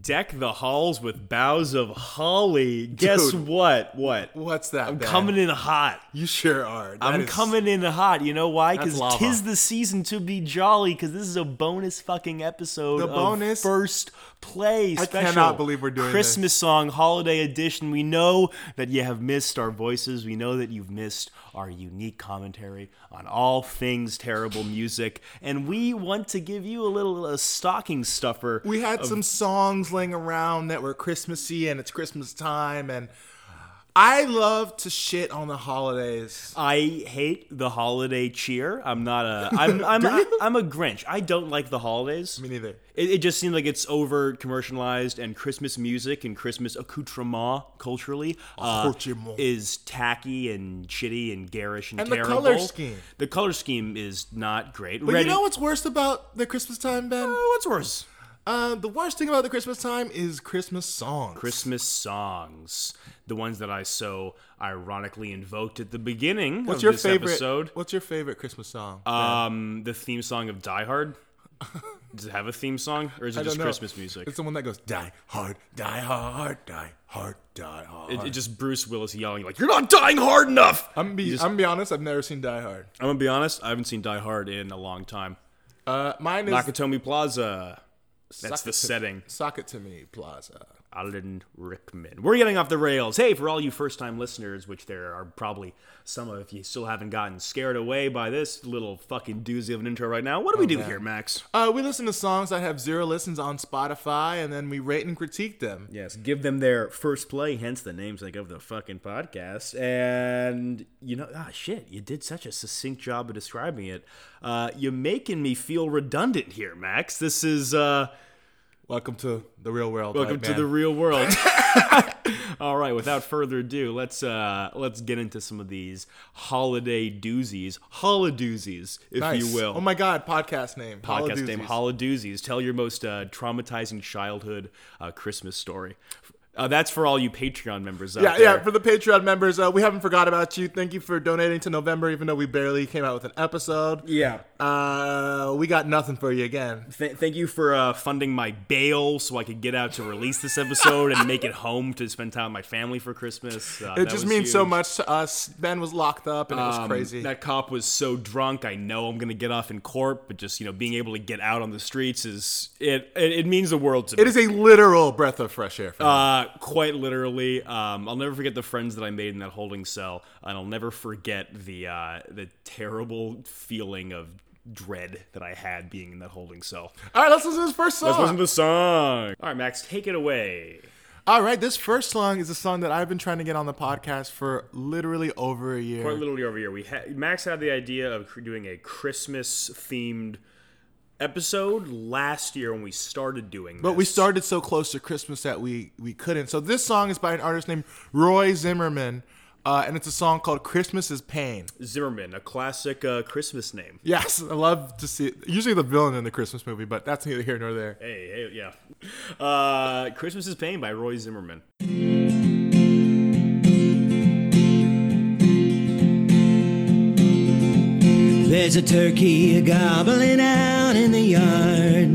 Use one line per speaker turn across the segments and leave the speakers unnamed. deck the halls with boughs of holly. Guess
Dude.
what? What?
What's that?
I'm coming in hot.
You sure are. That
I'm
is-
coming in hot. You know why?
That's
Because
lava.
tis the season to be jolly. Because this is a bonus fucking episode.
The
of
bonus-
first play. special.
cannot believe we're doing
Christmas song holiday edition. We know that you have missed our voices. We know that you've missed our unique commentary on all things terrible music, and we want to give you a little a stocking stuffer.
We had some songs laying around that were Christmassy and it's Christmas time and I love to shit on the holidays.
I hate the holiday cheer. I'm not a. I'm I'm a, I'm a Grinch. I don't like the holidays.
Me neither.
It, it just seemed like it's over commercialized, and Christmas music and Christmas accoutrement culturally uh,
Accoutrement.
is tacky and shitty and garish and,
And the
terrible.
color scheme.
The color scheme is not great.
But you know what's worst about the Christmas time, Ben?
what's worse?
Uh, the worst thing about the Christmas time is Christmas songs.
Christmas songs, the ones that I so ironically invoked at the beginning
what's
of
your
this
favorite?
episode.
What's your favorite Christmas song?
Um, the theme song of Die Hard. Does it have a theme song, or is it
I don't
just
know.
Christmas music?
It's the one that goes die hard, die hard, die hard, die hard.
It, it just Bruce Willis yelling like, "You're not dying hard enough."
I'm gonna be, I'm gonna be honest. I've never seen Die Hard.
I'm gonna be honest. I haven't seen Die Hard in a long time.
Uh, mine is
Nakatomi Plaza. That's
Suck
the
it to-
setting.
Sock it to me, Plaza.
Alan Rickman. We're getting off the rails. Hey, for all you first time listeners, which there are probably some of if you still haven't gotten scared away by this little fucking doozy of an intro right now. What
Oh,
do we do here, Max?
Uh, we listen to songs that have zero listens on Spotify, and then we rate and critique them.
Yes, give them their first play, hence the names like of the fucking podcast. And you know, ah, shit, you did such a succinct job of describing it. Uh, you're making me feel redundant here, Max. This is uh,
Welcome to the real world.
welcome
white
to
man.
the real world. All right, without further ado, let's uh, let's get into some of these holiday doozies, holidoozies, if
Nice.
you will.
Oh my God, podcast name.
podcast
Holladoozies.
name Holidoozies. Tell your most uh, traumatizing childhood uh, Christmas story. Uh, that's for all you Patreon members out
Yeah,
there.
yeah. For the Patreon members, uh, we haven't forgot about you. Thank you for donating to November, even though we barely came out with an episode.
yeah.
Uh, we got nothing for you again.
Th- thank you for uh, funding my bail so I could get out to release this episode and make it home to spend time with my family for Christmas. Uh,
It
that was
just means so
huge.
much to us. Ben was locked up, and it was
Um,
crazy.
That cop was so drunk. I know I'm gonna get off in court, but just you know, being able to get out on the streets is it. It, it means the world to me.
it is a literal breath of fresh air. For me.
Uh, quite literally. Um, I'll never forget the friends that I made in that holding cell, and I'll never forget the uh, the terrible feeling of dread that I had being in that holding cell.
All right, let's listen to this first song.
Let's listen to the song.
Ah.
All right, Max, take it away.
All right, this first song is a song that I've been trying to get on the podcast for literally over a year.
Quite literally over here, we ha- Max had the idea of cr- doing a Christmas themed episode last year when we started doing.
but we started so close to Christmas that we we couldn't. So this song is by an artist named Roy Zimmerman, uh, and it's a song called "Christmas Is Pain."
Zimmerman, a classic uh, Christmas name.
Yes, I love to see. Usually the villain in the Christmas movie, but that's neither here nor there.
Hey, hey, yeah. Uh, Christmas is Pain by Roy Zimmerman.
There's a turkey gobbling out in the yard.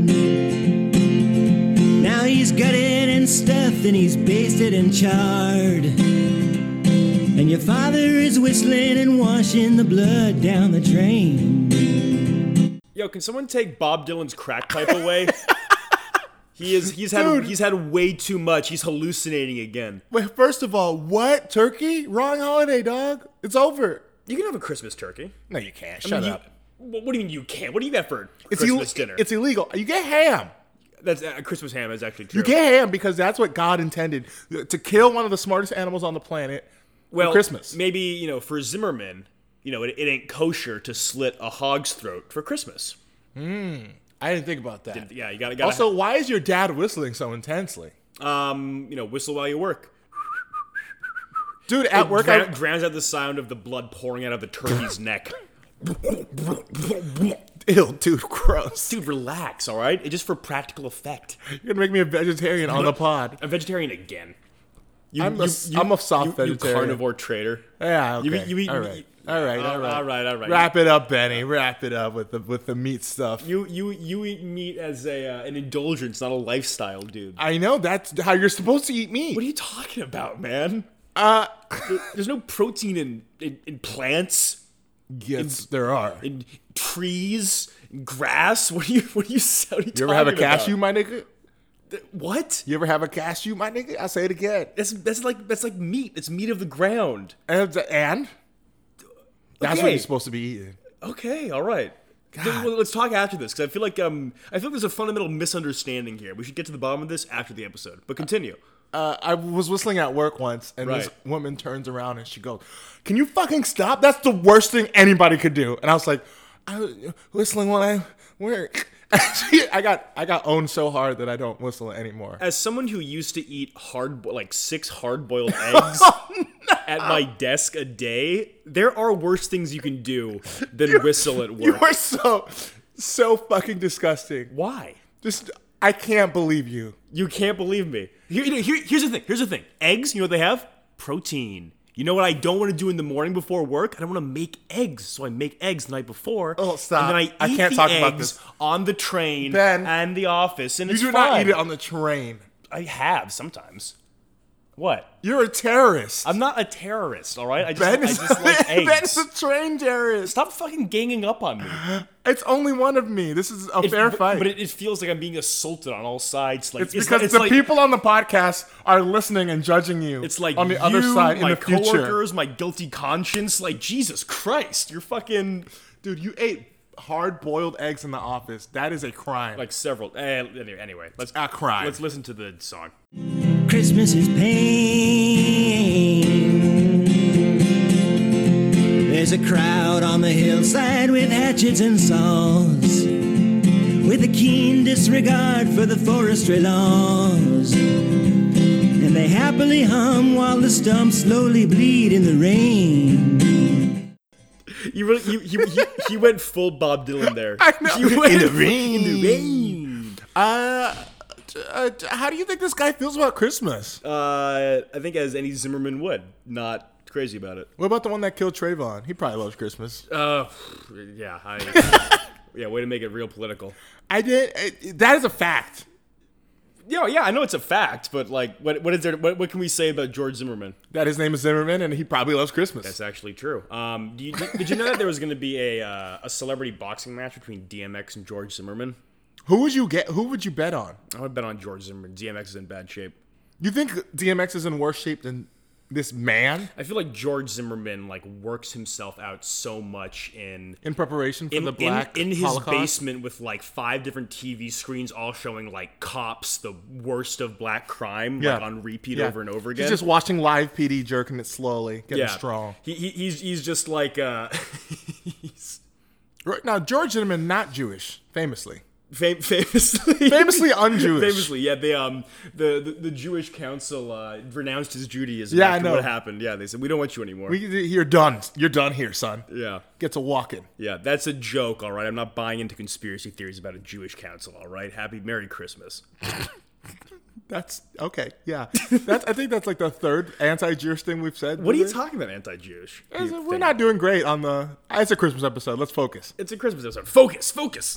Now he's gutted and stuffed and he's basted and charred. And your father is whistling and washing the blood down the drain.
Yo, can someone take Bob Dylan's crack pipe away? he is he's had
Dude.
he's had way too much. He's hallucinating again.
Wait, first of all, what turkey? Wrong holiday, dog. It's over.
You can have a Christmas turkey.
No, you can't.
I
Shut
mean, you-
up.
What, what do you mean you can't? What do you got for
It's
Christmas
ill-
dinner?
It's illegal. You get ham.
That's uh, Christmas ham is actually true.
You get ham because that's what God intended to kill one of the smartest animals on the planet.
well,
Christmas.
Maybe you know for Zimmerman, you know it, it ain't kosher to slit a hog's throat for Christmas.
I didn't think about that.
Yeah, you gotta gotta
also, why is your dad whistling so intensely?
um you know whistle while you work.
Dude, at work,
Drown-
I,
drowns out the sound of the blood pouring out of the turkey's neck.
ew, dude, gross.
Dude, relax, all right? It's just for practical effect.
You're gonna make me a vegetarian on the pod.
A vegetarian again. You,
I'm a- I'm a soft
you,
vegetarian.
You carnivore traitor.
Yeah, okay.
You, eat- you, eat-
All right. All right, all
All
right,
right, all right. All right.
Wrap it up, Benny. Wrap it up with the with the meat stuff.
You you you eat meat as a uh, an indulgence, not a lifestyle, dude.
I know that's how you're supposed to eat meat.
What are you talking about, man?
uh,
There- There's no protein in in, in plants,
yes, there are. You
in trees, in grass. What are you what are you, what are you
ever have a
talking about?
cashew, my nigga?
Th- What?
You ever have a cashew, my nigga? I say it again.
That's that's like that's like meat. It's meat of the ground.
And, and? that's what
Okay.
you're supposed to be eating.
Okay, all right. Th-
God.
well, let's talk after this because I feel like um I feel like there's a fundamental misunderstanding here. We should get to the bottom of this after the episode. But continue.
Uh, I was whistling at work once, and this
Right.
woman turns around and she goes, "Can you fucking stop? That's the worst thing anybody could do." And I was like, "I was whistling when I work." I got I got owned so hard that I don't whistle anymore.
As someone who used to eat hard bo- like six hard boiled
Oh,
eggs at my desk a day, there are worse things you can do than whistle at
You
work.
are so so fucking disgusting.
Why?
Just I can't believe you.
You can't believe me. Here, you know, here- here's the thing. Here's the thing. Eggs. You know what they have? Protein. You know what I don't want to do in the morning before work? I don't want to make eggs, so I make eggs the night before.
Oh, stop.
And then I,
I
eat
can't
the
talk
eggs
about this.
on the train
Ben,
and the office, and
You
it's
do
fine.
not eat it on the train.
I have sometimes. What?
You're a terrorist.
I'm not a terrorist, all right? I just,
Ben
I
is,
just like eggs.
ben is a train terrorist.
Stop fucking ganging up on me.
It's only one of me. This is a
It-
fair
but-
fight.
But it, it feels like I'm being assaulted on all sides. Like
It's, because
like,
the
like,
people on the podcast are listening and judging you.
It's like
on the other
you,
side in
my
the future,
coworkers, my guilty conscience. Like Jesus Christ, you're fucking
dude. You ate hard-boiled eggs in the office. That is a crime.
like several. Eh, anyway, anyway, let's
a Ah, crime.
let's listen to the song.
Christmas is pain. There's a crowd on the hillside with hatchets and saws, with a keen disregard for the forestry laws. And they happily hum while the stumps slowly bleed in the rain.
You really, you, he, he, he went full Bob Dylan there.
I know.
He went
In the
full- In
rain.
the rain.
uh, uh, how do you think this guy feels about Christmas?
Uh, I think as any Zimmerman would, not crazy about it.
what about the one that killed Trayvon? He probably loves Christmas.
Uh, yeah, I, yeah. Way to make it real political.
I did. It, that is a fact.
Yeah, yeah, I know it's a fact, but like, what, what is there? What, what can we say about George Zimmerman?
That his name is Zimmerman, and he probably loves Christmas.
That's actually true. Um, do you, did you know that there was going to be a uh, a celebrity boxing match between DMX and George Zimmerman?
who would you get? Who would you bet on?
I would bet on George Zimmerman. DMX is in bad shape.
You think DMX is in worse shape than this man
I feel like George Zimmerman like works himself out so much in
in preparation for
in,
the
in-
black
in, his
Holocaust?
basement with like five different TV screens all showing like cops, the worst of black crime, like on repeat
Yeah.
over and over again.
He's just watching live PD, jerking it slowly, getting strong.
He, he, he's he's just like uh, he's
Right now, George Zimmerman not Jewish, famously,
fam- famously
famously un-Jewish.
Famously, yeah, they um the the, the Jewish council uh, renounced his Judaism
Yeah, I
after
know.
what happened. Yeah, they said we don't want you anymore.
We- you're done. You're done here, son.
yeah.
Get to walking.
Yeah, that's a joke, all right. I'm not buying into conspiracy theories about a Jewish council, all right. Happy Merry Christmas.
That's okay. Yeah, that's. I think that's like the third anti-Jewish thing we've said.
What are you talking about anti-Jewish?
We're
You think?
not doing great on the. It's a Christmas episode. Let's focus.
It's a Christmas episode. Focus, focus.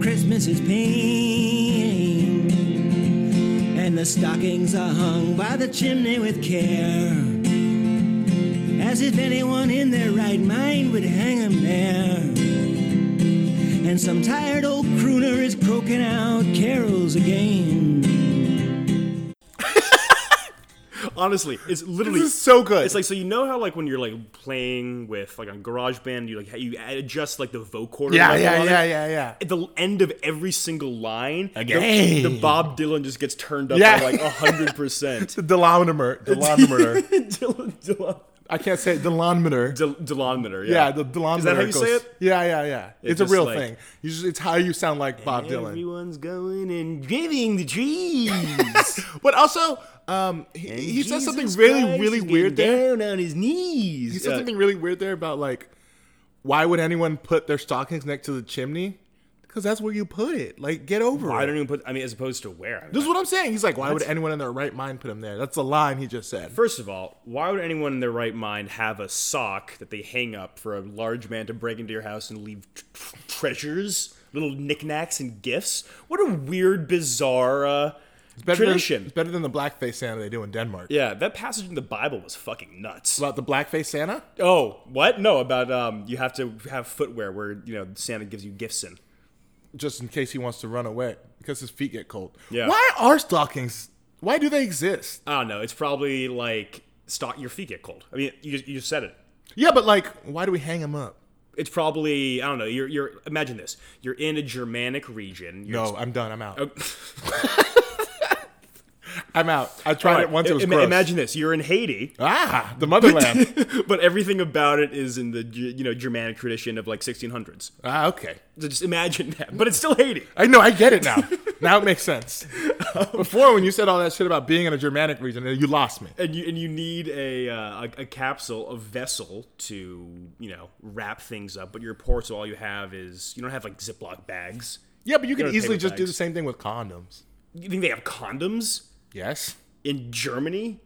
Christmas is pain, and the stockings are hung by the chimney with care, as if anyone in their right mind would hang 'em there. And some tired old crooner is croaking out carols again.
Honestly, it's literally
This is so good.
It's like so you know how like when you're like playing with like on GarageBand, you like you adjust like the vocoder.
yeah,
level
yeah,
on it.
yeah, yeah, yeah.
At the end of every single line, the-
Again.
The, Bob Dylan just gets turned up
Yeah.
by like hundred percent.
The Delonimer. Delonimer.
Dylan, Dylan,
I can't say it. Delonimer.
Del- Dylanmeter,
Yeah,
yeah.
the Delon.
Is that how you say it?
Yeah, yeah, yeah. It's, a
just
real
like-
thing. Usually, it's how you sound like Bob Dylan.
Everyone's going and giving the trees.
But also, um, he, he says something
Jesus
really,
Christ
really
is
weird
getting
there.
Down on his knees.
He said
Uh,
something really weird there about like, why would anyone put their stockings next to the chimney? Because that's where you put it. Like, get over
I
it.
don't even put. I mean, as opposed to where. I mean,
This is what I'm saying. He's like, why would anyone in their right mind put him there? That's the line he just said.
First of all, why would anyone in their right mind have a sock that they hang up for a large man to break into your house and leave t- t- treasures, little knickknacks, and gifts? What a weird, bizarre uh,
Better than-
tradition.
it's better than the blackface Santa they do in Denmark.
yeah, that passage in the Bible was fucking nuts.
About the blackface Santa?
Oh, what? No, about um, you have to have footwear where you know Santa gives you gifts in.
Just in case he wants to run away because his feet get cold.
Yeah.
Why are stockings? Why do they exist?
I don't know. It's probably like stock your feet get cold. I mean, you just, you just said it.
Yeah, but like, why do we hang them up?
It's probably I don't know. You're you're imagine this. You're in a Germanic region. You're
No, I'm done. I'm out.
um,
I'm out. I tried
All
it
right,
once. It was
im-
gross.
Imagine this: you're in Haiti,
ah, the motherland.
but everything about it is in the G- you know Germanic tradition of like 1600s.
ah, okay.
So just imagine that, but it's still Haiti.
I know. I get it now. now it makes sense. Before, when you said all that shit about being in a Germanic region, you lost me.
And you and you need a, uh, a a capsule, a vessel to you know wrap things up. But your port, so all you have is you don't have like Ziploc bags.
Yeah, but you could
Go to
easily
paper
just do
bags.
the same thing with condoms.
You think they have condoms
Yes.
in Germany,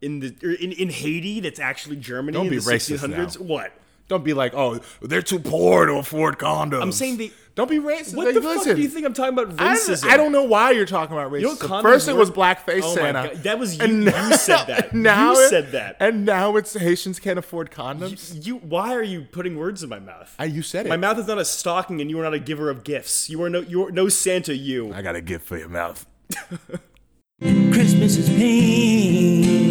in the or in, in Haiti? That's actually Germany.
Don't
in
be
the
racist
1600s?
now.
What?
Don't be like, oh, they're too poor to afford condoms.
I'm saying they-
Don't be racist.
What
Like,
the
listen,
fuck do you think I'm talking about
I,
racism?
I don't know why you're talking about racism.
You know, condoms
First, it
were-
was blackface
Oh my
Santa.
God, that was you-
And
you said that.
and Now
You
it-
said that.
And now it's Haitians can't afford condoms.
You, why are you putting words in my mouth?
I, you said it.
my mouth is not a stocking, and you are not a giver of gifts. You are no, you are no Santa. You.
I got a gift for your mouth.
Christmas is pain.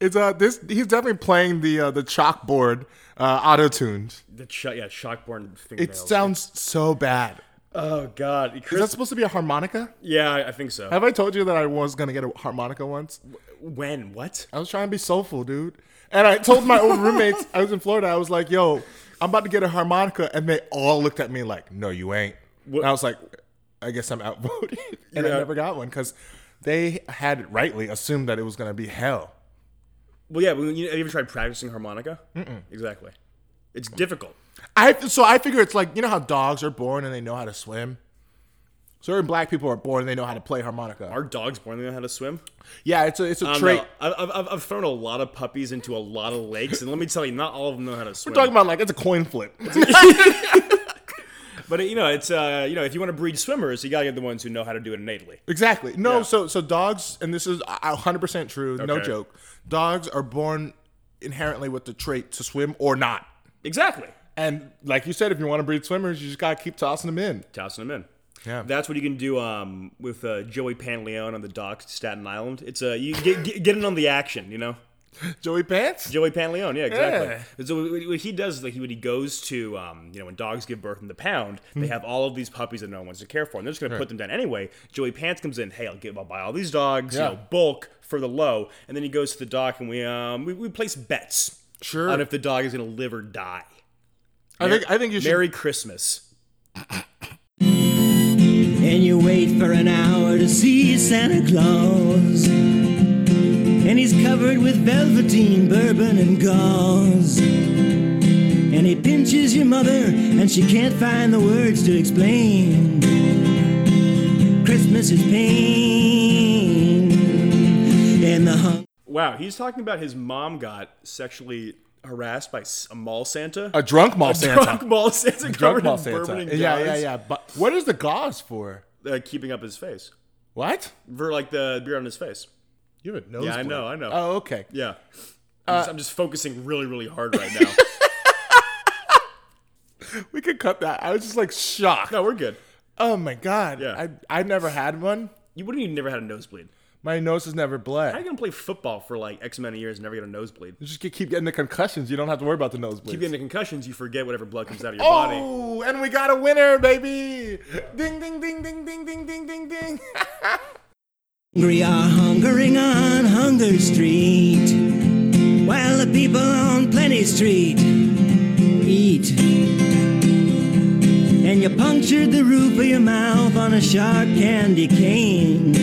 It's uh this. He's definitely playing the uh, the chalkboard uh, auto tuned.
The ch- yeah, shockborn
It
fingernails.
sounds so bad.
Oh God,
Is that
Chris,
supposed to be a harmonica?
yeah, I- I think so.
Have I told you that I was gonna get a harmonica once?
when? What?
I was trying to be soulful, dude. And I told my old roommates, I was in Florida, I was like, yo, I'm about to get a harmonica. And they all looked at me like, no, you ain't. And I was like, I guess I'm outvoted. And
Yeah.
I never got one because they had rightly assumed that it was going to be hell.
Well, yeah. Well, you, have you ever tried practicing harmonica? Mm-mm. Exactly. It's difficult.
I So I figure it's like, you know how dogs are born and they know how to swim? Certain black people are born and they know how to play harmonica.
Are dogs born they know how to swim?
Yeah, it's a, it's a
I don't
trait.
know. I've, I've- I've, I've thrown a lot of puppies into a lot of lakes, and let me tell you, not all of them know how to swim.
We're talking about like, it's a coin flip.
but you know, it's uh, you know, if you want to breed swimmers, you gotta get the ones who know how to do it innately.
Exactly. No,
Yeah.
so so dogs, and this is a- a hundred percent true, no
Okay.
joke. Dogs are born inherently with the trait to swim or not.
Exactly.
And like you said, if you want to breed swimmers, you just gotta keep tossing them in.
tossing them in.
Yeah.
That's what you can do um, with uh, Joey Panleone on the docks, Staten Island. It's uh, you get, get, get in on the action, you know.
Joey Pants?
Joey Panleone, yeah, exactly.
Yeah.
And So what what he does is like he, when he goes to um, you know when dogs give birth in the pound, they
Hmm.
have all of these puppies that no one wants to care for, and they're just going to put them down anyway. Joey Pants comes in, hey, I'll give I'll buy all these dogs,
Yeah.
you know, bulk for the low, and then he goes to the dock and we um we, we place bets
Sure.
on if the dog is going to live or die.
I think I think you should
Merry Christmas.
And you wait for an hour to see Santa Claus. And he's covered with velveteen, bourbon, and gauze. And he pinches your mother, and she can't find the words to explain. Christmas is pain. And the hung.
Wow, he's talking about his mom got sexually harassed by s- a mall Santa.
a drunk mall Santa.
drunk mall Santa
Drunk
covered in bourbon and
Yeah, yeah,
gauze,
yeah. But what is the gauze for?
Uh, keeping up his face
What?
for like the beer on his face.
You have a nose.
Yeah, I know, I know.
Oh, okay.
Yeah, I'm, just, I'm just focusing really, really hard right now.
We could cut that. I was just like shocked.
no, we're good.
Oh my god.
Yeah.
I I never had one.
You wouldn't even never had a nosebleed.
My nose has never
How
bled.
you gonna play football for like X amount of years and never get a nosebleed?
You just keep getting the concussions. You don't have to worry about the nosebleeds.
Keep getting the concussions, you forget whatever blood comes out of your body.
Oh, and we got a winner, baby! Ding, ding, ding, ding, ding, ding, ding, ding, ding.
hungry are hungering on Hunger Street, while the people on Plenty Street eat. And you punctured the roof of your mouth on a sharp candy cane.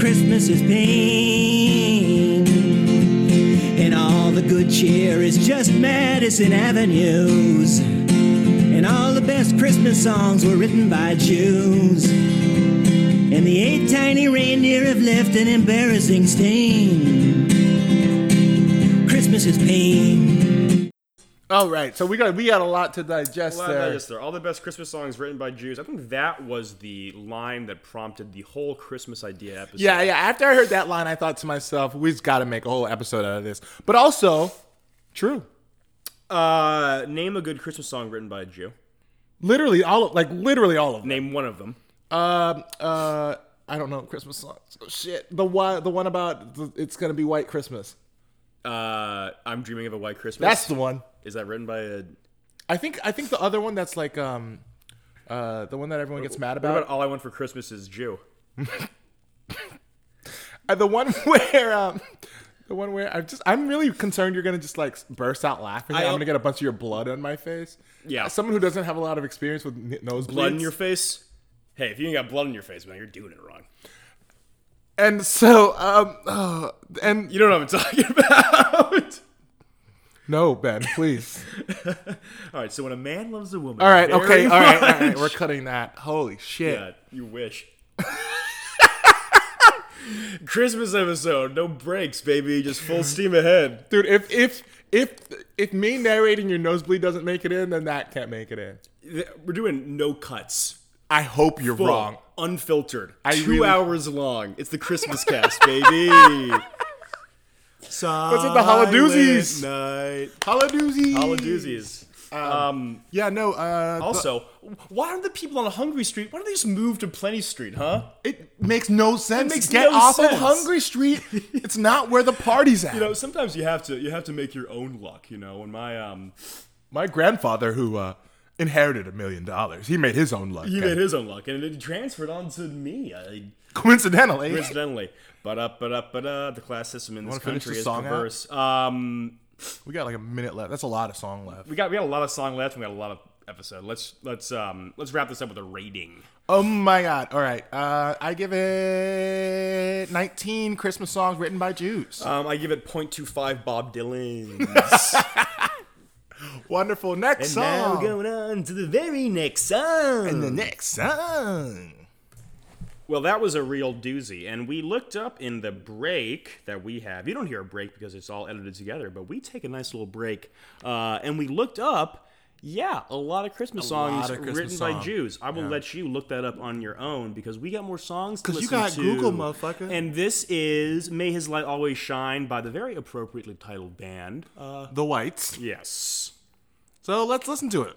Christmas is pain, and all the good cheer is just Madison Avenues. And all the best Christmas songs were written by Jews. And the eight tiny reindeer have left an embarrassing stain. Christmas is pain.
All right, so we got we got a lot to digest
Well,
there.
that is there. All the best Christmas songs written by Jews. I think that was the line that prompted the whole Christmas idea episode.
Yeah, yeah. After I heard that line, I thought to myself, we've got to make a whole episode out of this. But also, true.
Uh, name a good Christmas song written by a Jew.
Literally all of, like literally all of them.
Name one of them.
Um, uh, I don't know Christmas songs. Oh, shit, the one the one about the, it's gonna be white Christmas.
Uh, I'm dreaming of a white Christmas.
That's Uh, the one.
Is that written by a?
I think I think the other one that's like um, uh, the one that everyone gets mad
What
about.
about All I Want for Christmas is Jew?
Uh, the one where um. The one where I'm just, I'm really concerned you're gonna just like burst out laughing. I,
I-
am gonna get a bunch of your blood on my face.
Yeah.
someone who doesn't have a lot of experience with n- nosebleeds.
Blood in your face. Hey, if you ain't got blood in your face, man, you're doing it wrong.
And so, um, uh, and
You don't know what I'm talking about.
no, Ben, please.
all right. So when a man loves a woman,
All right,
very
okay, all right, all
much-
right. We're cutting that. Holy shit.
Yeah, you wish. Christmas episode, no breaks, baby, just full steam ahead.
Dude, if, if, if, if me narrating your nosebleed doesn't make it in, then that can't make it in.
We're doing no cuts.
I hope you're
Full,
wrong.
Unfiltered.
I
Two
really-
hours long. It's the Christmas cast, baby. What's
with the holla doozies?
Night.
Holla doozy.
Holla doozies. Um,
Yeah, no, uh,
also, why don't the people on Hungry Street, why don't they just move to Plenty Street, huh?
it makes no sense.
makes
Get
no
off
sense.
of Hungry Street. it's not where the party's at.
You know, sometimes you have to you have to make your own luck, you know. And my um
My grandfather, who, uh, inherited a million dollars, he made his own luck. Uh,
he
and
made his own luck and it transferred onto me. uh, I
Coincidentally.
Incidentally, but up, but up, but uh, the class system in this
Wanna finish
country
the
is
song out?
perverse. Um,
we got like a minute left. That's a lot of song left.
we got we got a lot of song left. and We got a lot of episode. Let's let's um let's wrap this up with a rating.
Oh my god. All right. Uh, I give it 19 Christmas songs written by Jews.
Um, I give it 0.25 Bob Dylan's.
Wonderful.
and
Next
now
song.
we're going on to the very next song.
the next song.
Well, that was a real doozy. And we looked up in the break that we have. You don't hear a break because it's all edited together, but we take a nice little break. Uh, and we looked up, yeah, a lot of Christmas songs
lot of Christmas
written by
songs.
Jews. I will let you look that up on your own because we got more songs to
'Cause you
listen
got
to.
Google, motherfucker.
And this is May His Light Always Shine by the very appropriately titled band. Uh,
The Whites.
yes.
So let's listen to it.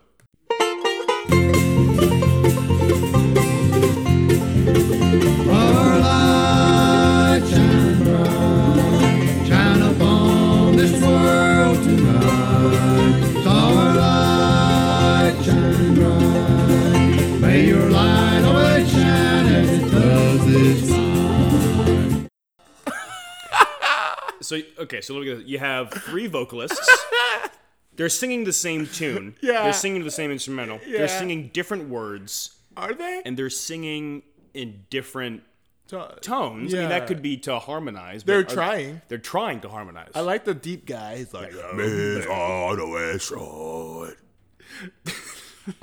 Our light shine bright, shine upon this world tonight. Our light shine bright, may your light always shine as it does this
So okay, so look at this. You have three vocalists. They're singing the same tune.
Yeah.
They're singing the same instrumental. They're
Yeah.
singing different words,
Are they?
and they're singing in different
I
tones. I mean,
Yeah.
that could be to harmonize. but
They're
are-
trying.
They're trying to harmonize.
like the deep guy. He's like, I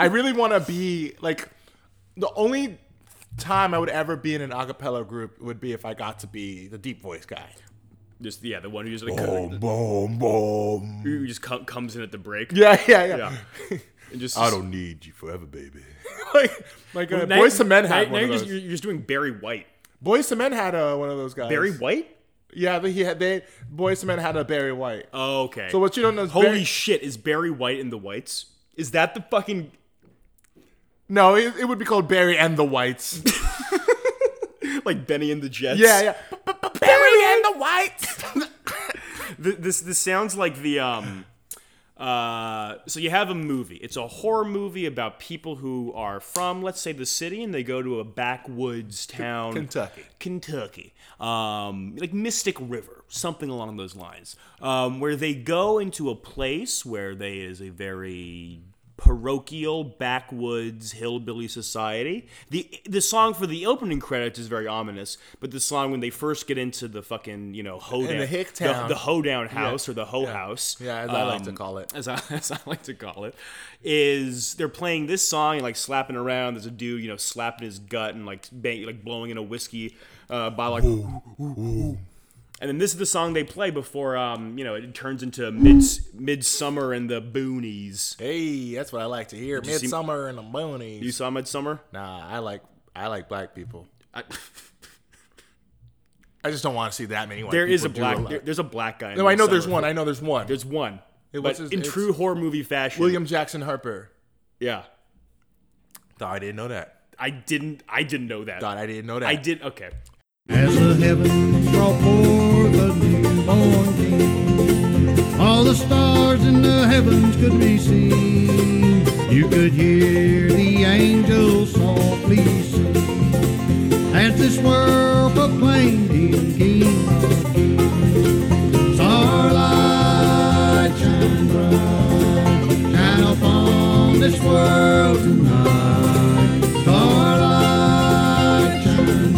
really want to be like the only time I would ever be in an a cappella group would be if I got to be the deep voice guy.
Just yeah, the one who just like,
Boom, boom, boom.
who just co- comes in at the break.
Yeah, yeah, yeah.
Yeah. And just
need you forever, baby. like, like uh,
Now-
Boys to Men had
now- now
one
you're,
of those.
just, you're, you're just doing Barry White.
Boys to Men had uh, one of those guys.
Barry White?
Yeah, they, he had they. Boys to Men had a Barry White.
Oh, okay.
so what you don't know is
Holy
Barry-
shit! Is Barry White in the Whites? Is that the fucking
no, it, it would be called Barry and the Whites.
like Benny and the Jets?
yeah, yeah. Barry and the Whites.
Th- this this sounds like the um Uh, so you have a movie. It's a horror movie about people who are from, let's say, the city, and they go to a backwoods town,
Kentucky.
Kentucky, um, like Mystic River, something along those lines, um, where they go into a place where there is a very parochial backwoods hillbilly society. The the song for the opening credits is very ominous, but the song when they first get into the fucking you know hoedown,
the hick town.
the, the hoedown house or the hoe house, um,
Yeah, as I like to call it.
as I, as I like to call it, is they're playing this song and like slapping around. There's a dude, you know, slapping his gut and like bang, like blowing in a whiskey uh, by like. And then this is the song they play before, um, you know, it turns into mid midsummer and the boonies.
Hey, that's what I like to hear.
you see-
Midsummer and the Moonies.
You saw midsummer?
nah, I like I like black people.
I,
I just don't want to see that many. White
there is a
people do
black.
lot.
there- there's a black guy. In
no, I know there's
Midsummer.
one. I know there's one.
There's one.
was
But
his-
in
it's-
true horror movie fashion,
William Jackson Harper.
Yeah,
Thought I didn't know that.
I didn't. I didn't know that.
Thought I didn't know that.
I did. Okay.
As the heavens draw forth the newborn king, all the stars in the heavens could be seen. You could hear the angels softly sing as this world proclaimed him king. Starlight shine bright, shine upon this world tonight. Starlight shine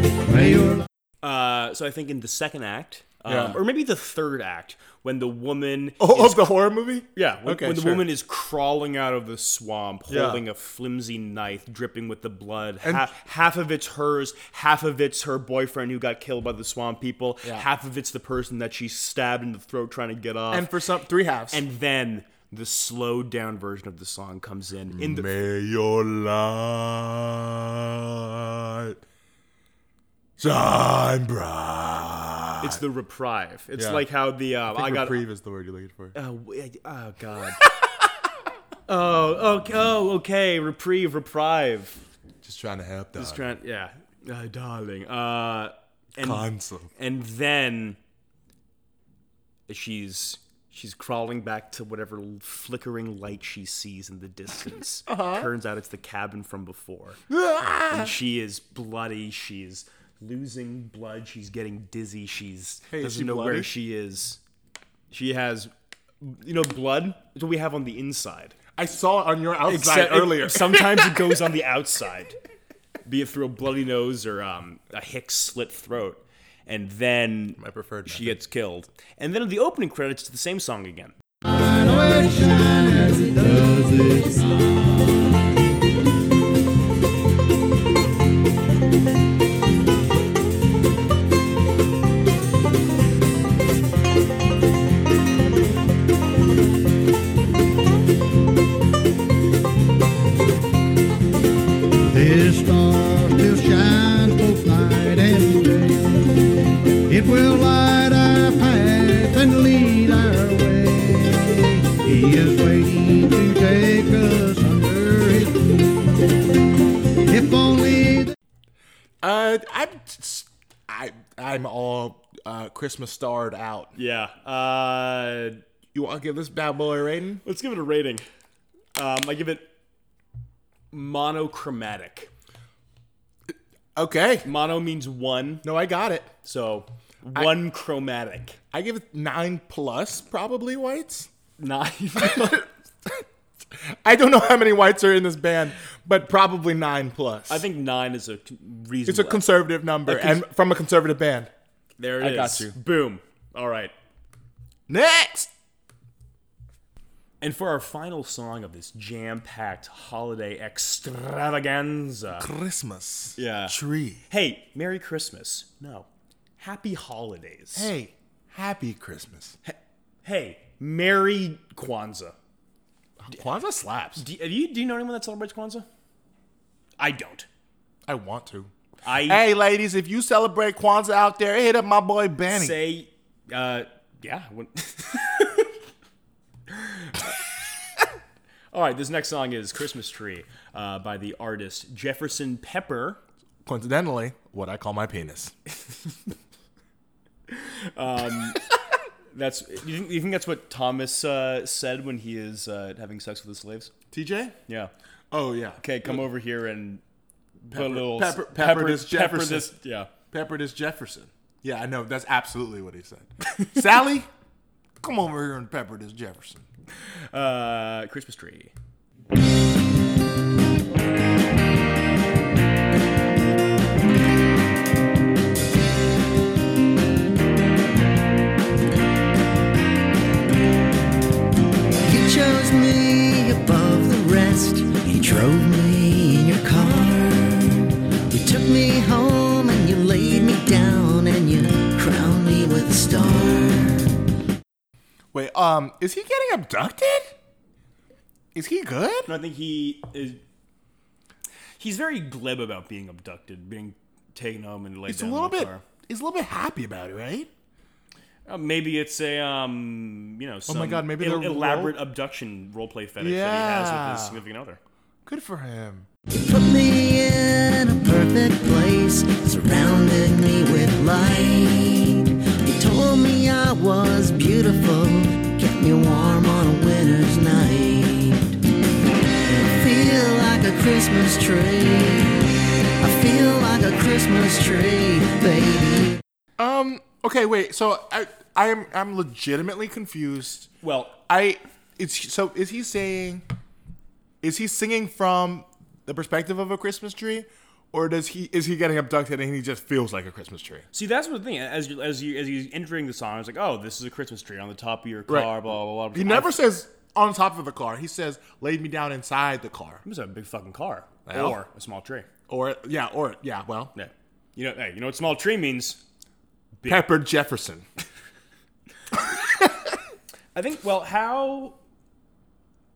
bright, may your light
Uh, so I think in the second act, um,
Yeah.
or maybe the third act, when the woman,
Oh, of the horror movie?
yeah, when,
Okay,
when the
sure.
woman is crawling out of the swamp
Yeah.
holding a flimsy knife, dripping with the blood. half, half of it's hers, half of it's her boyfriend who got killed by the swamp people. Half of it's the person that she stabbed in the throat trying to get off.
And for some three halves.
And then the slowed down version of the song comes in. In the
May your light shine bright.
it's the reprieve. It's
Yeah.
like how the um, I,
I Uh,
got
reprieve is the word you're looking for.
Oh, wait, oh God. oh, okay, oh, okay. Reprieve, reprive.
Just trying to help. Just
Tran- yeah, uh, darling. Uh, and
Console.
and then she's she's crawling back to whatever flickering light she sees in the distance.
Uh-huh.
Turns out it's the cabin from before.
Ah!
and she is bloody. She's losing blood. She's getting dizzy. She's
Hey, is
doesn't
she
know
bloody?
where she is. She has, you know, blood. It's what we have on the inside.
I saw it on your outside
it-
earlier.
sometimes it goes on the outside, be it through a bloody nose or um, a hick slit throat, and then
My preferred
she
method.
gets killed. And then in the opening credits, it's the same song again.
always shine as it does its His star still shines both night and day. It will light our path and lead our way. He is waiting to take us under his wing. If only the
Uh, I'm, I, I'm all uh, Christmas starred out.
Yeah. Uh,
You want to give this bad boy a rating?
let's give it a rating. Um, I give it monochromatic.
Okay.
Mono means one,
No, I got it.
so one chromatic.
I give it nine plus, probably whites.
Nine.
I don't know how many whites are in this band, but probably nine plus.
I think nine is a reasonable.
it's a conservative number, and from a conservative band.
There it is.
I got you.
Boom. All right.
Next.
And for our final song of this jam-packed holiday extravaganza,
Christmas.
Yeah.
Tree.
hey, Merry Christmas! No, Happy Holidays.
Hey, happy Christmas.
hey, Merry Kwanzaa.
Kwanzaa slaps.
Do you, do you- do you know anyone that celebrates Kwanzaa? I don't.
I want to.
I
Hey, ladies, if you celebrate Kwanzaa out there, hit up my boy Benny.
say, uh, yeah. when- All right, this next song is "Christmas Tree" uh, by the artist Jefferson Pepper.
Coincidentally, what I call my penis.
That's you think, you think that's what Thomas uh, said when he is uh, having sex with the slaves?
TJ?
Yeah.
Oh yeah.
Okay, come over here and put a
Pepper-
little
pepper-
s-
pepper this Jefferson.
this- yeah.
Peppered is Jefferson. Yeah, I know. That's absolutely what he said. Sally, come over here and pepper this Jefferson.
Uh, Christmas tree.
You chose me above the rest. You drove me in your car. You took me home and you laid me down and you crowned me with a star.
Wait, um, is he getting abducted? Is he good?
No, I think he is. He's very glib about being abducted, being taken home and laid
He's a
down
little
in the
bit.
car.
He's a little bit happy about it, right?
Uh, maybe it's a um, you know, some
my God, maybe
el-
they're
elaborate abduction roleplay fetish that he has with his
Yeah.
significant other.
Good for him.
Put me in a perfect place, surrounded me with light. You told me I was beautiful, kept me warm on a winter's night. I feel like a Christmas tree. I feel like a Christmas tree, baby.
Um. Okay. Wait. So I, I am, I'm legitimately confused.
Well,
I. It's so. Is he saying? Is he singing from the perspective of a Christmas tree, or does he? Is he getting abducted and he just feels like a Christmas tree?
see, that's the thing. As you, as you, as he's entering the song, it's like, oh, this is a Christmas tree on the top of your car, blah
Right.
blah blah. blah.
He never says on top of the car. He says laid me down inside the car.
It was a big fucking car,
Well.
or a small tree.
Or yeah. Or yeah. Well,
Yeah, you know, hey, you know what small tree means?
Pepper Jefferson.
I think. Well, how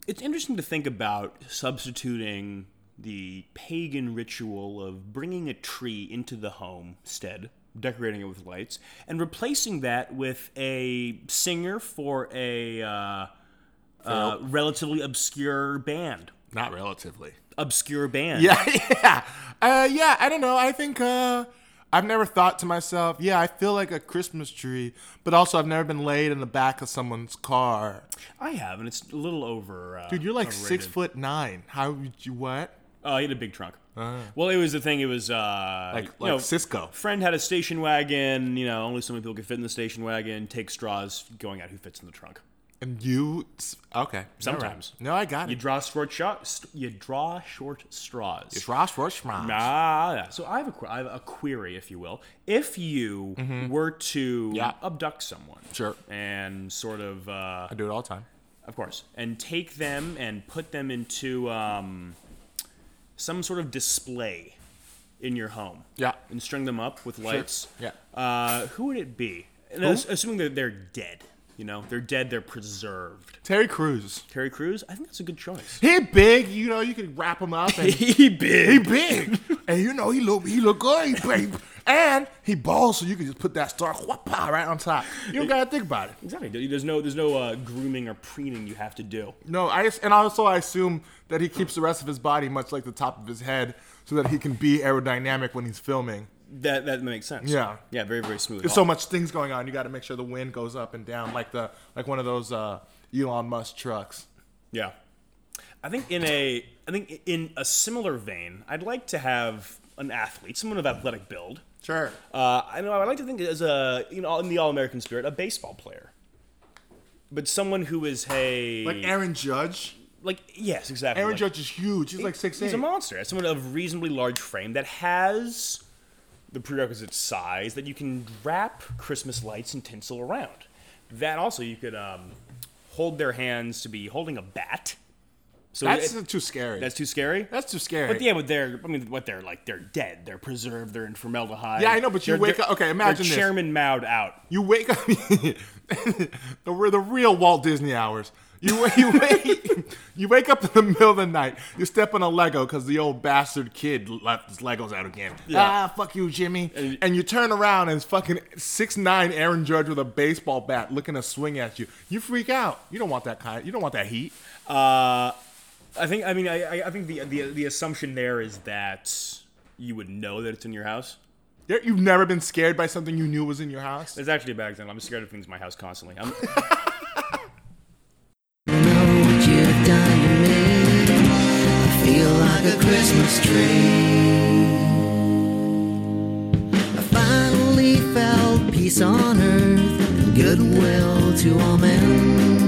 it's interesting to think about substituting the pagan ritual of bringing a tree into the homestead, decorating it with lights, and replacing that with a singer for a uh, uh, relatively obscure band.
Not relatively.
Obscure band.
Yeah, yeah, uh, yeah. I don't know. I think uh, I've never thought to myself, yeah, I feel like a Christmas tree, but also I've never been laid in the back of someone's car.
I have, and it's a little over. Uh,
Dude, you're like six
overrated.
foot nine. How would you what?
Oh, he had a big trunk. Well, it was the thing. It was uh,
Ah. Like
you
like
know,
Cisco.
friend had a station wagon. You know, only so many people could fit in the station wagon. Take straws, going out who fits in the trunk.
And you s- okay?
Sometimes.
Alright. No, I got
You
it.
draw short shot. St- you draw short straws.
It's Ross Rushman.
Ah, yeah. so I have a que- I have a query, if you will. If you were to
Mm-hmm. Yeah.
abduct someone,
Sure.
and sort of, uh,
I do it all the time.
of course, and take them and put them into um, some sort of display in your home,
Yeah.
and string them up with lights.
Yeah.
Uh, who would it be? And ass- assuming that they're dead, you know, they're dead, they're preserved.
Terry Crews.
Terry Crews, I think that's a good choice.
He big. You know, you could wrap him up. And
he big.
he big, and you know he look he look good, he big, and he bald, so you can just put that star whoppa right on top. You don't gotta think about it.
Exactly. There's no there's no uh, grooming or preening you have to do.
No, I and also I assume that he keeps the rest of his body much like the top of his head, so that he can be aerodynamic when he's filming.
That that makes sense.
Yeah.
Yeah. Very very smooth.
There's so much things going on. You got to make sure the wind goes up and down, like the like one of those uh, Elon Musk trucks.
Yeah. I think in a I think in a similar vein, I'd like to have an athlete, someone of athletic build.
Sure.
Uh, I know I'd like to think as a you know in the all American spirit, a baseball player. But someone who is a
Like Aaron Judge.
like yes exactly
Aaron
Mm. like-
Judge is huge. He's like six
he's
eight.
a monster someone of reasonably large frame that has the prerequisite size that you can wrap christmas lights and tinsel around that also you could um, hold their hands to be holding a bat so
That's
it-
too scary.
that's too scary
That's too scary.
but yeah, but they're, I mean, what they're like, they're dead. They're preserved. They're in formaldehyde.
Yeah, I know, but you
They're-
wake
they're-
up- okay, imagine
they're
this.
Chairman Maud out.
You wake up. the, re- the real Walt Disney hours. You wa- you wake you wake up in the middle of the night. You step on a Lego because the old bastard kid left his Legos out again. Ah, fuck you, Jimmy. And, you turn around and it's fucking six nine Aaron Judge with a baseball bat looking to swing at you. You freak out. You don't want that kind. You don't want that heat.
Uh, I think, I mean, I, I- I think the, the the assumption there is that you would know that it's in your house.
There- You've never been scared by something you knew was in your house?
It's actually a bad example. I'm scared of things in my house constantly. I'm,
know what you've done to me. I feel like a Christmas tree. I finally felt peace on earth, goodwill to all men.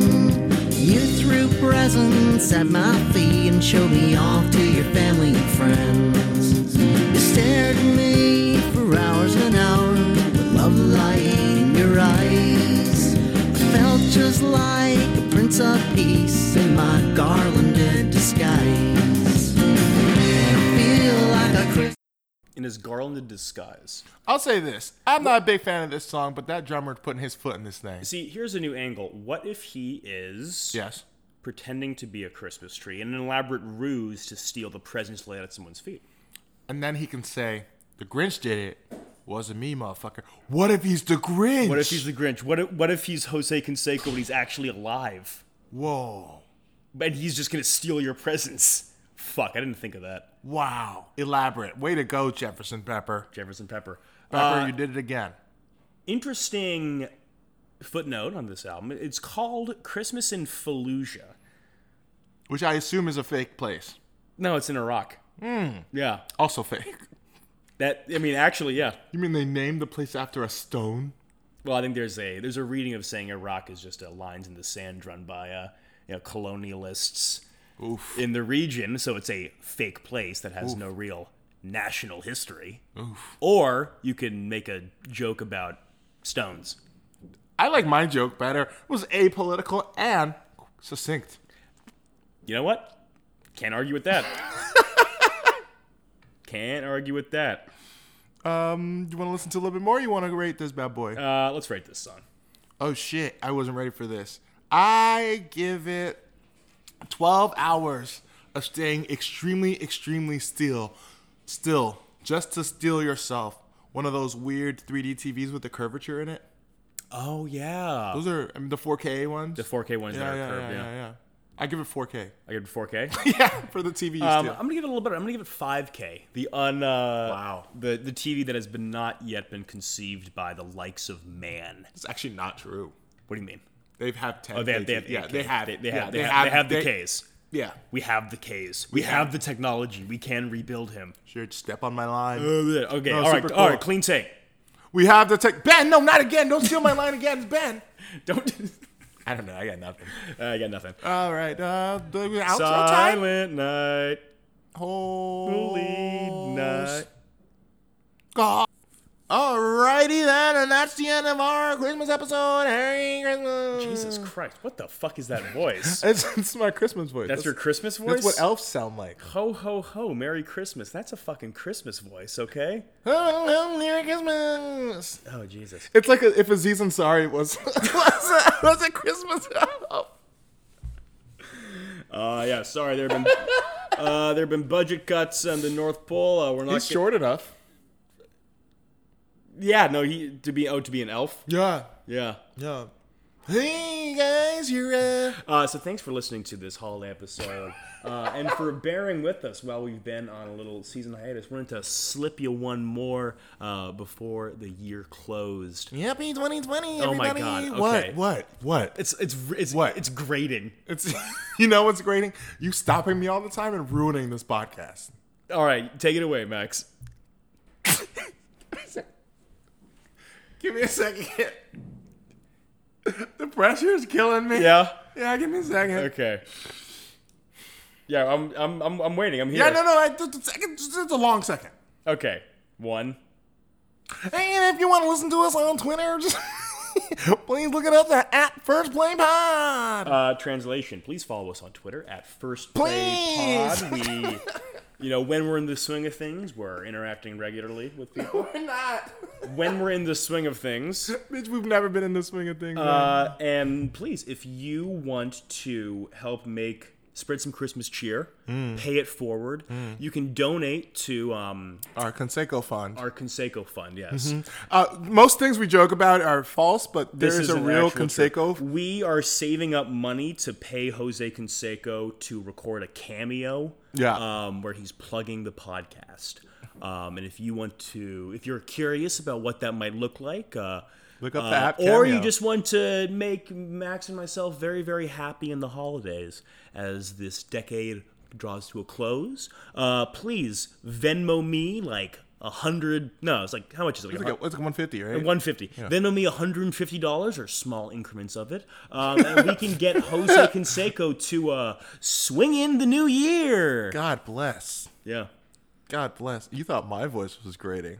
You threw presents at my feet and showed me off to your family and friends. You stared at me for hours and hours with love light in your eyes felt just like a prince of peace in my garlanded disguise. And I feel like a Christmas.
in his garlanded disguise.
I'll say this. I'm not a big fan of this song, but that drummer's putting his foot in this thing.
See, here's a new angle. What if he is
Yes.
pretending to be a Christmas tree in an elaborate ruse to steal the presents laid at someone's feet?
And then he can say, The Grinch did it. Wasn't me, motherfucker. What if he's the Grinch?
What if he's the Grinch? What if, what if he's Jose Canseco and he's actually alive?
Whoa.
And he's just going to steal your presents? Fuck, I didn't think of that.
Wow. Elaborate. Way to go, Jefferson Pepper.
Jefferson Pepper. Um,
Pepper, you did it again.
interesting footnote on this album. It's called Christmas in Fallujah.
Which I assume is a fake place.
No, it's in Iraq. Yeah.
Also fake.
That I mean actually, yeah.
You mean they named the place after a stone?
Well, I think there's a there's a reading of saying Iraq is just a lines in the sand drawn by uh, you know, colonialists
Oof.
in the region, so it's a fake place that has no real national history. Or you can make a joke about stones.
I like my joke better. It was apolitical and succinct.
You know what? Can't argue with that. Can't argue with that.
Um, you want to listen to a little bit more? Or you want to rate this bad boy?
Uh, let's rate this song.
oh shit, I wasn't ready for this. I give it 12 hours of staying extremely, extremely still, still, just to steal yourself. One of those weird 3D TVs with the curvature in it.
Oh yeah,
Those are I mean, the 4K ones.
the 4K ones
yeah,
that are
yeah,
curved.
yeah,
Yeah,
yeah, yeah. I give it 4K.
I give it 4K.
yeah, for the TV you
Um,
steal.
I'm gonna give it a little better. I'm gonna give it 5K. The un uh,
Wow.
the the TV that has been not yet been conceived by the likes of man.
It's actually not true.
What do you mean?
They've had 10.
Oh, they have, they have
yeah,
8K.
they have.
they,
it.
they
yeah,
have, they, have, they have the
they-
Ks.
Yeah.
We have the Ks. We have the technology. We can rebuild him.
Sure, step on my line.
Okay,
No,
all right,
super
all
cool.
right. Clean take.
We have the tech. Ben, no, not again. Don't steal my line again. It's Ben.
Don't.
I don't know. I got nothing.
uh, I got nothing.
All right. Uh, the outro time.
Silent night,
Holy
holy
Oh,
night.
God. Alrighty then, and that's the end of our Christmas episode. Merry Christmas.
Jesus Christ! What the fuck is that voice?
It's, it's my Christmas voice.
That's your Christmas voice.
That's what elves sound like.
Ho ho ho! Merry Christmas. That's a fucking Christmas voice, okay?
Oh, oh, Merry Christmas.
Oh Jesus!
It's like a, if Aziz Ansari was was a, was a Christmas elf.
Uh, yeah. Sorry, there have been uh, there have been budget cuts on the North Pole. Uh, we're not.
He's
get-
short enough.
Yeah. No. He to be oh to be an elf.
Yeah.
Yeah.
Yeah. Hey guys, you're uh,
Uh, so thanks for listening to this holiday episode, uh, and for bearing with us while we've been on a little season hiatus. Wanted to slip you one more uh, before the year closed.
happy 2020,
Oh my
everybody.
God, okay.
What? What? What?
It's it's it's
What?
it's grating.
It's you know what's grating? You stopping me all the time and ruining this podcast.
All right, take it away, Max.
Give me a second. the pressure is killing me.
Yeah.
Yeah. Give me a second.
Okay. Yeah, I'm I'm I'm, I'm waiting. I'm here.
Yeah. No. No. I, just a second. Just, just a long second.
Okay. One.
And if you want to listen to us on Twitter, just please look it up the at First Play Pod.
Uh, translation. Please follow us on Twitter at First Play
Please.
Pod. We, you know, when we're in the swing of things, we're interacting regularly with people.
We're not.
When we're in the swing of things,
Bitch, we've never been in the swing of things. man.
uh, and please, if you want to help make spread some Christmas cheer, pay it forward. You can donate to um,
Our Conseco Fund.
our Conseco Fund. Yes.
Uh, most things we joke about are false, but there
This
is a
an
real
actual
Conseco.
trip. We are saving up money to pay Jose Canseco to record a cameo.
Yeah.
Um, where he's plugging the podcast. Um, and if you want to, if you're curious about what that might look like, uh,
Look up
uh,
the app
or you
Cameo.
just want to make Max and myself very, very happy in the holidays as this decade draws to a close, uh, please Venmo me like a hundred. No, it's like how much is it?
It's like, a, it's like 150, right?
150. Then it'll be $150 or small increments of it. Um, and we can get Jose Canseco to uh, swing in the new year.
God bless.
Yeah.
God bless. You thought my voice was grating.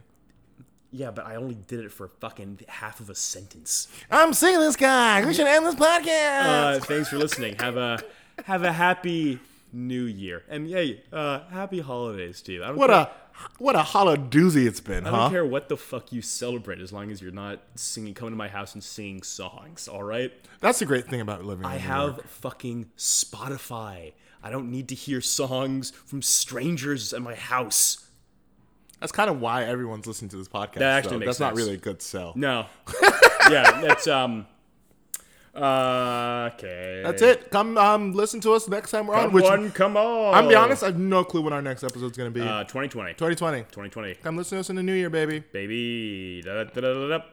Yeah, but I only did it for fucking half of a sentence.
I'm seeing this guy. We should end this podcast.
Uh, thanks for listening. Have a have a happy new year. And hey, uh, happy holidays to you. I don't
what
care,
a what a hollow doozy it's been,
I don't
huh?
care what the fuck you celebrate as long as you're not singing coming to my house and singing songs, all right?
That's the great thing about living.
I
in New
have
York.
fucking Spotify. I don't need to hear songs from strangers at my house.
That's kind of why everyone's listening to this podcast.
That actually
though.
makes
That's not
sense.
really a good sell.
No. yeah, that's um uh, okay.
That's it. Come um, listen to us next time we're on.
Come
Which
on, come on.
I'm be honest, I have no clue when our next episode's gonna be.
Uh 2020.
2020.
2020.
Come listen to us in the new year, baby.
Baby. Da, da, da, da, da.